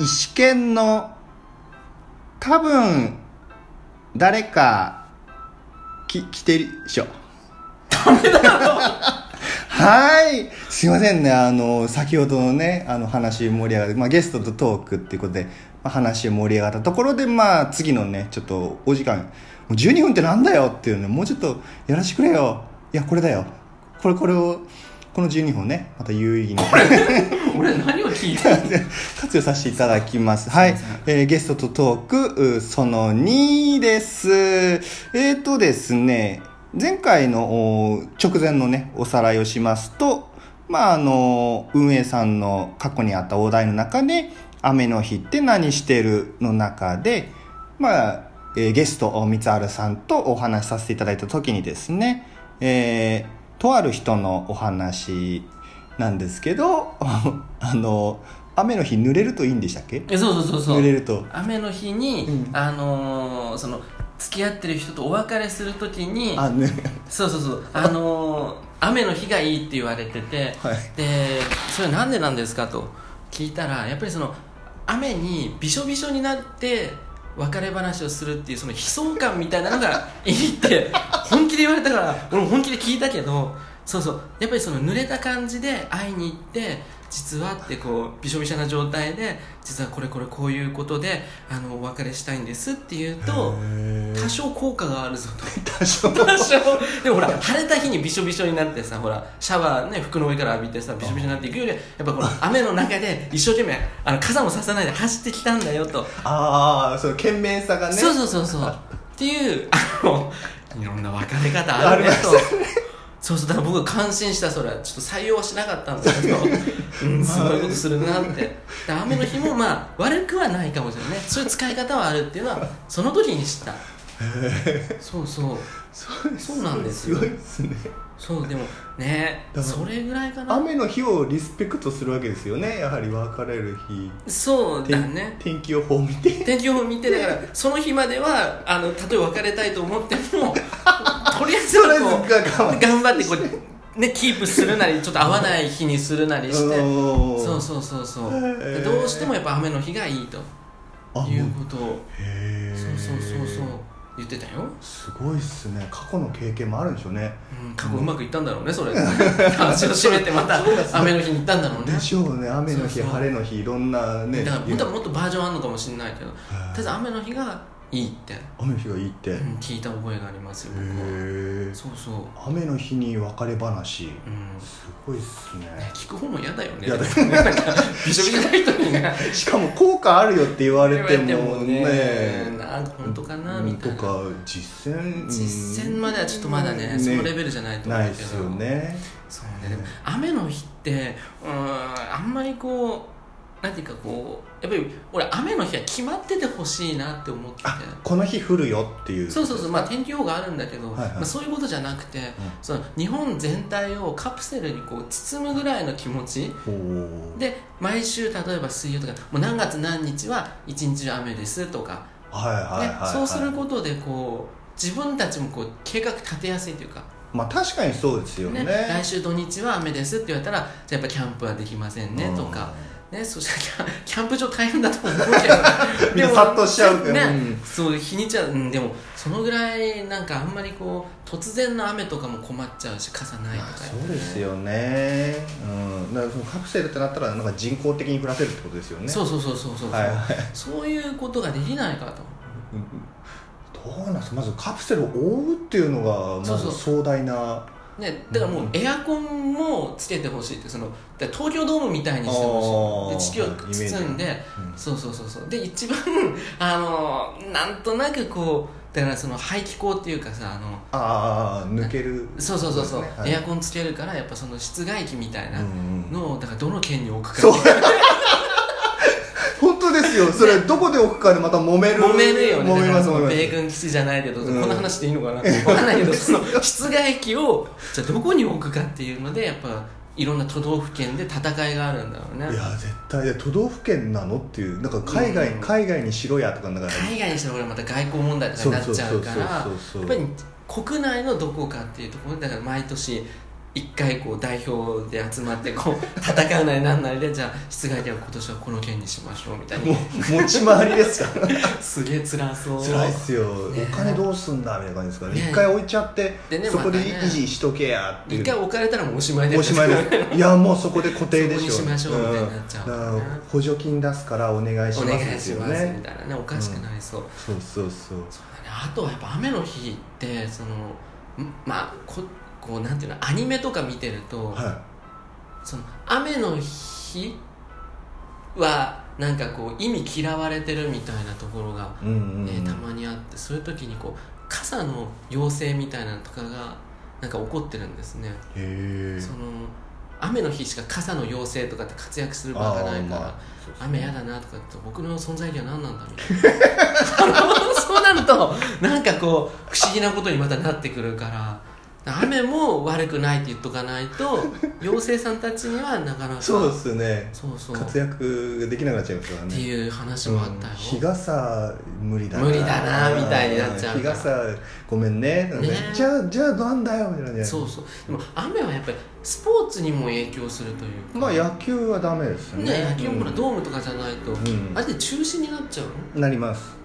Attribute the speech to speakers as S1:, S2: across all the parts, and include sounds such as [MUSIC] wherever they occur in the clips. S1: 石剣の多分誰かき来てるでしょはいすいませんねあの先ほどのねあの話盛り上がる、まあ、ゲストとトークっていうことで、まあ、話盛り上がったところでまあ次のねちょっとお時間もう12分ってなんだよっていうねもうちょっとやらしてくれよいやこれだよこれこれをこの12分ねまた有意義に
S2: [LAUGHS] 俺何を聞いてる
S1: [LAUGHS] 活用させていただきます。はい。えーゲストとトーク、うその2です。えっ、ー、とですね、前回のお直前のね、おさらいをしますと、まあ、あの、運営さんの過去にあったお題の中で、雨の日って何してるの中で、まあ、えーゲスト、お三春さんとお話しさせていただいた時にですね、えーとある人のお話なんですけど、 [LAUGHS] あの、雨の日濡れるといいんでしたっけ
S2: えそうそうそうそ
S1: 濡れ
S2: う
S1: ると。
S2: 雨の日に、
S1: うん
S2: あのー、その付き合ってる人とお別れするときに
S1: あ、ね、
S2: そうそうそうあのー、雨の日がいいって言われてて
S1: はい。
S2: でそれなんでなんですかと聞いたらやっぱりその雨にびしょびしょになって別れ話をするっていうその悲壮感みたいなのがいいって本気で言われたから俺も本気で聞いたけどそうそうやっぱりその濡れた感じで会いに行って実はってこうびしょびしょな状態で実はこれこれこういうことであのお別れしたいんですっていうと多少効果があるぞと。
S1: 多少。
S2: 多少でもほら晴れた日にびしょびしょになってさほらシャワーね服の上から浴びてさびしょびしょになっていくよりはやっぱこの雨の中で一生懸命あの傘もささないで走ってきたんだよと、
S1: ああ、そう、懸命さがね。
S2: そうそうそうそうっていうあのいろんな別れ方あ
S1: あ
S2: る
S1: り
S2: ね
S1: ま
S2: と
S1: す
S2: そうそうだから僕は感心したそれはちょっと採用はしなかったんですけ
S1: [LAUGHS]
S2: ど、うん、すごいことするなってで雨の日もまあ悪くはないかもしれないねそういう使い方はあるっていうのはその時に知ったそうそう
S1: そう
S2: そうなんですよ
S1: ごいですね。
S2: そうでもね
S1: だから
S2: それぐらいかな
S1: 雨の日をリスペクトするわけですよね。やはり別れる日。
S2: そうだね
S1: 天気予報を見て。
S2: 天気予報見てだからその日まではあのたとえ別れたいと思っても
S1: [LAUGHS]
S2: とりあえず
S1: それ
S2: はこ
S1: が変わ
S2: う頑張ってこうねキープするなりちょっと合わない日にするなりしてそう
S1: う。
S2: そうそうそう
S1: へえ
S2: どうしてもやっぱ雨の日がいいと
S1: あ、もう
S2: いうことを
S1: へえ。
S2: そうそうそうそう。言ってたよ、
S1: すごいっすね。過去の経験もあるんでしょうね。
S2: うん、過去うまくいったんだろうねそれ [LAUGHS] 話を締めてまた雨の日に行ったんだろうね
S1: でしょうね。雨の日、
S2: そうそう
S1: 晴れの日、いろんなね。
S2: だから
S1: い
S2: 本当はもっとバージョンあるのかもしれないけどただ雨の日がいいって、
S1: 雨の日がいいって。へ
S2: うん聞いた覚えがありますよ僕は
S1: え。
S2: そうそう、
S1: 雨の日に別れ話。
S2: うん、
S1: すごいっすね。
S2: 聞く方も嫌だよね
S1: 嫌だ
S2: なんかびしょびしょな人にね
S1: [LAUGHS] しかも効果あるよって言われてもね
S2: なんか本当かなみたいな
S1: とか実践
S2: 実践まではちょっとまだね
S1: うん
S2: そのレベルじゃないと思う
S1: な
S2: けど
S1: いですよね
S2: そうねでも雨の日ってうーんあんまりこうなんていうかこうやっぱり俺雨の日は決まっててほしいなって思ってて
S1: この日降るよっていう
S2: そうそうそう、まあ、天気予報があるんだけど、
S1: はいはい
S2: まあ、そういうことじゃなくて、その日本全体をカプセルにこう包むぐらいの気持ち
S1: おー
S2: で毎週例えば水曜とかもう何月何日は一日中雨ですとか、
S1: はいはいはい、は
S2: ね
S1: い、
S2: そうすることでこう自分たちもこう計画立てやすいというか、
S1: まあ確かにそうですよね
S2: ね来週土日は雨ですって言われたらじゃあやっぱキャンプはできませんねとか、ね、そしたらキャンキャンプ場大変だと思うけど
S1: [LAUGHS] みんな殺到しちゃうけど
S2: ね、
S1: うん
S2: そう日にちは、うん、でもそのぐらいなんかあんまりこう突然の雨とかも困っちゃうし傘ないと
S1: まあ
S2: か、
S1: そうですよね、うん、だからそのカプセルってなったらなんか人工的に降らせるってことですよね
S2: そうそうそうそうそう、
S1: はいはい
S2: そういうことができないかと
S1: どうなんですかまずカプセルを覆うっていうのがま
S2: そう
S1: ず壮大な
S2: ね、だからもうエアコンもつけてほしいってそのだから東京ドームみたいにしてほしいで
S1: あ
S2: 地
S1: ー
S2: 球を包んで、
S1: うん
S2: そうそうそうそうで一番 [LAUGHS] あのーなんとなくこうだからその排気口っていうかさあの
S1: ああ抜ける
S2: そうそうそうそう、
S1: ですねはい
S2: エアコンつけるからやっぱその室外機みたいな
S1: うんうん
S2: のをだからどの県に置くか
S1: そう本当ですよそれどこで置くかでまた揉める
S2: 揉めるよね
S1: 揉めます
S2: だか
S1: 揉め
S2: ら
S1: ます
S2: 米軍基地じゃないけど、
S1: うん
S2: こんな話でいいのかな [LAUGHS] わかんないけどその室外機をじゃあどこに置くかっていうのでやっぱいろんな都道府県で戦いがあるんだろうね
S1: いや絶対で都道府県なのっていうなんか海外、
S2: うん
S1: 海外にしろやとかなんか
S2: 海外にしたら俺また外交問題とかになっちゃうから
S1: そうそうそうそうそう
S2: やっぱり国内のどこかっていうところでだから毎年一回こう代表で集まってこう [LAUGHS] 戦うなりなんなりでじゃあ室外では今年はこの件にしましょうみたいな
S1: 持ち回りですからね
S2: [LAUGHS] すげえ辛そう
S1: 辛いっすよ、
S2: ね
S1: お金どうすんだみたいな感じですからね
S2: ね
S1: 一回置いちゃって、
S2: でね
S1: そこで
S2: またね
S1: 維持しとけやっていう
S2: 一回置かれたらもうおしまいで
S1: おしまい
S2: [LAUGHS]
S1: ですいやもうそこで固定でしょ
S2: そこにしましょうみたいになっちゃうん
S1: だ
S2: だ
S1: か
S2: よね
S1: ら補助金出すからお願いし
S2: お
S1: ます
S2: 願
S1: で
S2: い
S1: す
S2: し
S1: よ
S2: ますみ
S1: ね
S2: たいなねおかしくなりそう、
S1: そうそうそう
S2: そうだねあとはやっぱ雨の日ってそのんまあここうなんていうのアニメとか見てると、
S1: は
S2: その雨の日はなんかこう意味嫌われてるみたいなところが、
S1: い、うんうん
S2: ね
S1: うん、
S2: たまにあってそういう時にこう傘の妖精みたいなのとかがなんか起こってるんですね、
S1: へえ
S2: その雨の日しか傘の妖精とかって活躍する場がないか
S1: あ
S2: ら、
S1: ーまあそうそう
S2: 雨やだなとかって僕の存在意義は何なんだみたいな [LAUGHS] そうなるとなんかこう不思議なことにまたなってくるから雨も悪くないって言っとかないと妖精さんたちにはなかなか
S1: そうですね
S2: そうそう
S1: 活躍ができなくなっちゃいますから
S2: っ
S1: ね
S2: ていう話もあったよ、
S1: うん日傘無理だな
S2: 無理だなみたいになっちゃう
S1: 日傘ごめんね
S2: ね
S1: じゃあじゃあなんだよみたいなね
S2: そうそうでも雨はやっぱりスポーツにも影響するというか
S1: まあ野球はダメですよね
S2: ね野球もほら
S1: うん
S2: ドームとかじゃないと、
S1: ん
S2: あれで中止になっちゃうの
S1: なります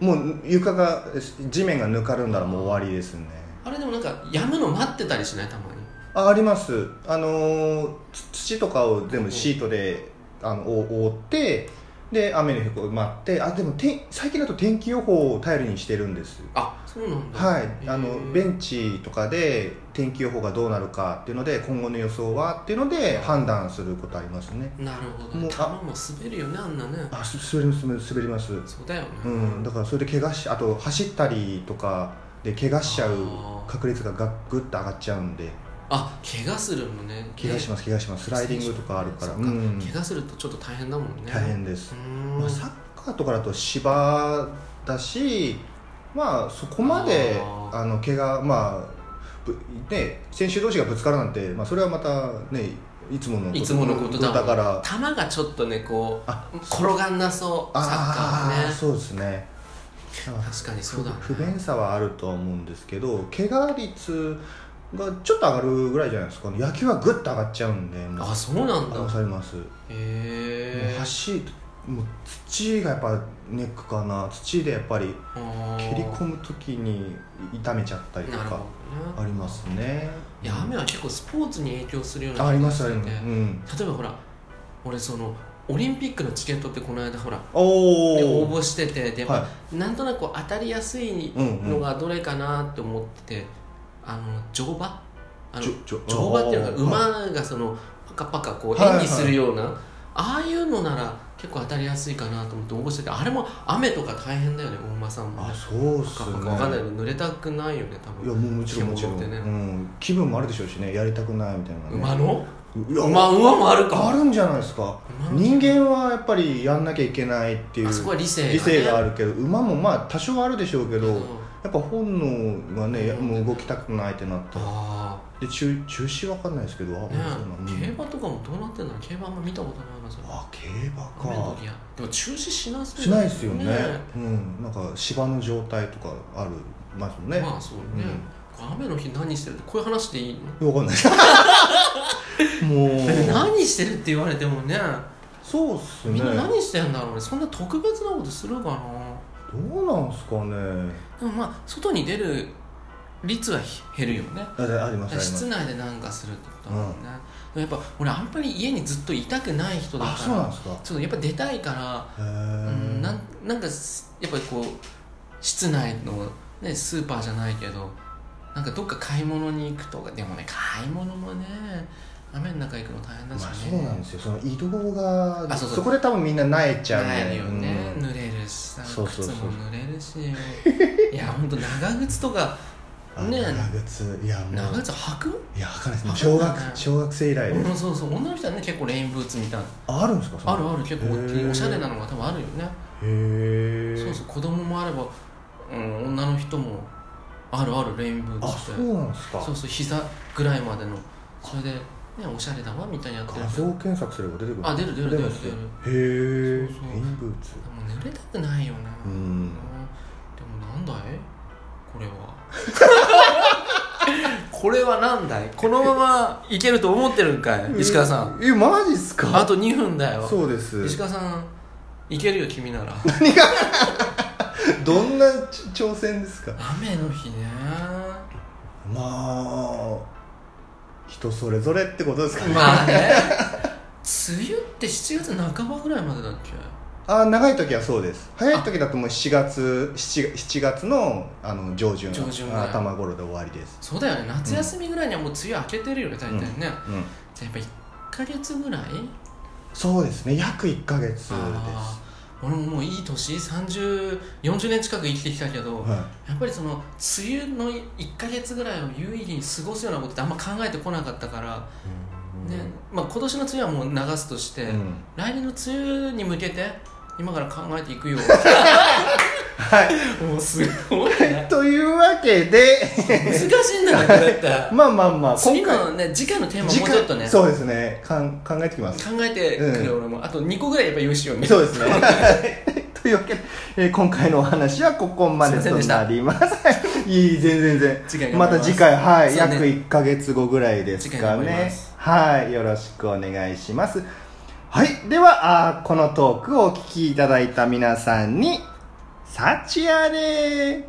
S1: もう床が地面がぬかるんだらもう終わりですね
S2: あれでもなんかやむの待ってたりしないたまに
S1: あありますあのーつ土とかを全部シートで、あのお覆ってで雨の日こう待ってあでも天最近だと天気予報を頼りにしてるんです
S2: あそうなんだ
S1: はい、あ
S2: へ
S1: の
S2: ー
S1: ベンチとかで天気予報がどうなるかっていうので今後の予想はっていうので判断することありますね
S2: なるほど
S1: もう
S2: ね
S1: あ
S2: 球も滑るよねあんなね
S1: あす滑ります滑り滑ります
S2: そうだよね
S1: うんだからそれで怪我しあと走ったりとかで怪我しちゃう確率ががグッと上がっちゃうんで
S2: あ怪我するもんね
S1: 怪我します怪我しますスライディングとかあるから
S2: そうっ
S1: ん
S2: 怪我するとちょっと大変だもんね
S1: 大変
S2: う
S1: です、
S2: ーん
S1: まあ、サッカーとかだと芝だしまあそこまで
S2: あー
S1: あの怪我まあぶね選手同士がぶつかるなんて、まあ、それはまたねいつもの
S2: いつものことだもん
S1: から
S2: 球がちょっとねこ
S1: あ
S2: う転がんなそうサッカ
S1: あ
S2: ーは
S1: あ
S2: ね
S1: そうですね
S2: 確かにそうだね
S1: 不便さはあるとは思うんですけど怪我率がちょっと上がるぐらいじゃないですか野球はグッと上がっちゃうんでもう
S2: あそうなんだ
S1: 上がされます
S2: へえ
S1: 橋もう土がやっぱネックかな土でやっぱり蹴り込む時に痛めちゃったりと
S2: なるほ
S1: か
S2: どね
S1: ありますね
S2: いや雨は結構スポーツに影響するような気
S1: あ
S2: が
S1: あります
S2: し
S1: あ
S2: て
S1: り
S2: て
S1: ます、うん、
S2: 例えばほら俺そのオリンピックのチケットってこの間ほら
S1: お
S2: で
S1: お
S2: 応募しててで、
S1: は
S2: なんとなくこう当たりやすいのがどれかなって思ってて、あの乗馬あの
S1: じょじょ
S2: 乗馬っていうの
S1: あー
S2: が馬がそのパカパカこう
S1: はいはい
S2: 演技するような、ああいうのなら結構当たりやすいかなと思って応募しててあれも雨とか大変だよね大馬さんもね
S1: あそうっす
S2: パカ
S1: ね
S2: パカわかんないけど濡れたくないよね多
S1: いや
S2: 分
S1: もうもちろんもちろん、
S2: 着物ってね
S1: うん、気分もあるでしょうしねやりたくないみたいな、ね、
S2: 馬の
S1: いや
S2: 馬馬もあるか
S1: あるんじゃないですか
S2: 馬
S1: 人間はやっぱりやんなきゃいけないっていう
S2: あそこは理性がね
S1: 理性があるけど馬もまあ多少はあるでしょうけど、
S2: うん
S1: やっぱ本能がね、もう動きたくないってなったら
S2: あ
S1: で中中止わかんないですけどあ
S2: あね
S1: そうなんだ
S2: 競馬とかもどうなってんだろう競馬あんま見たことないなそれ
S1: あ競
S2: 雨
S1: 馬
S2: の
S1: か
S2: 時やでも中止しなそう
S1: しないですよねうんなんか芝の状態とかあるますもんね、
S2: まあそうね、これ雨の日何してるってこういう話でいいの
S1: わかんない
S2: [LAUGHS]
S1: もう
S2: 何してるって言われてもね
S1: そうっすね
S2: みん
S1: ど
S2: な何してんだろうねそんな特別なことするかな
S1: うなんすかね
S2: でもまあ外に出る率は減るよね
S1: あありますありま
S2: だから
S1: す
S2: 室内で何かするってことだもんね、でもやっぱ俺あんまり家にずっといたくない人だから
S1: あそうなんですかへ
S2: ちょっとやっぱ出たいから
S1: え、
S2: うん、なんなんかすやっぱりこう室内の、ね、スーパーじゃないけどなんかどっか買い物に行くとかでもね買い物もね雨の中行くの大変
S1: ま
S2: だ
S1: あそ
S2: し
S1: う
S2: ね
S1: なんですよその移動が
S2: あそうそう
S1: こで多分みんな慣れちゃうん
S2: な
S1: で
S2: るよね、
S1: うん
S2: 濡れるしさ
S1: そうそうそう
S2: 靴も濡れ
S1: [LAUGHS]
S2: るしいやほんと長靴とか
S1: あ
S2: ね
S1: 長靴いやもう
S2: 長靴履く
S1: いやわかんないですもう小
S2: わかんない
S1: 学小学生以来
S2: 俺
S1: です
S2: もそうそう女の人はね結構レインブーツみたいな
S1: ああるんですかそん
S2: あ
S1: な
S2: るある結構大きい
S1: へー
S2: おしゃれなのが多分あるよね
S1: へえ
S2: そうそう子供もあれば、うん、女の人もあるあるレインブー
S1: あ
S2: ツっ
S1: そ
S2: て
S1: うなんですか
S2: そうそう膝ぐらいまでのそれで、ね、おしゃれだわみたいにやってる
S1: 画
S2: けど
S1: 像検索すれば出てくる
S2: あ出る出る出る
S1: ますよへえ
S2: そうそう
S1: レインブーツ
S2: でも濡れたくないよね、
S1: う
S2: うん
S1: ん
S2: でもなんだいこれはこ [LAUGHS] これはなんだいこのままいけると思ってるんかい石川さん
S1: えマジっすか
S2: あと2分だよ
S1: そうです
S2: 石川さんいけるよ君なら
S1: どんな挑戦ですか
S2: 雨の日ね
S1: まあ人それぞれってことですかね、
S2: [LAUGHS] まあね梅雨って7月半ばぐらいまでだっけ
S1: あ、あ長い時はそうです早い時だともう7月 7, 7月のあの上旬
S2: 上旬ぐらい
S1: 頭頃で終わりです
S2: そうだよね夏休みぐらいにはもう梅雨明けてるよね大体ね、じゃ
S1: うん、うん、
S2: あやっぱ1ヶ月ぐらい
S1: そうですね約1ヶ月です
S2: あー俺ももういい年3040年近く生きてきたけど、
S1: は
S2: やっぱりその梅雨の1か月ぐらいを有意義に過ごすようなことってあんま考えてこなかったから、
S1: い
S2: ねまあ、今年の梅雨はもう流すとして、
S1: うん
S2: 来年の梅雨に向けて今から考えていくよ
S1: はい
S2: [LAUGHS] もうすごいね
S1: というわけで
S2: 難しいんだねこれって
S1: まあまあまあ
S2: 次のね次回のテーマもうちょっとね
S1: そうですねかん考えてきます
S2: 考えてくれ、
S1: うん
S2: 俺もあと2個ぐらいやっぱ用意しようね
S1: そうですね [LAUGHS]
S2: [LAUGHS]
S1: はいというわけで、えー今回のお話はここまでとなりますいい全然
S2: 次
S1: 全
S2: 回
S1: 然
S2: 頑張
S1: ま
S2: ります
S1: た次回はい、
S2: そうね
S1: 約1か月後ぐらいです
S2: 次回
S1: か
S2: 頑張りま
S1: ね
S2: す
S1: はいよろしくお願いしますはいではあーこのトークをお聞きいただいた皆さんに幸あれ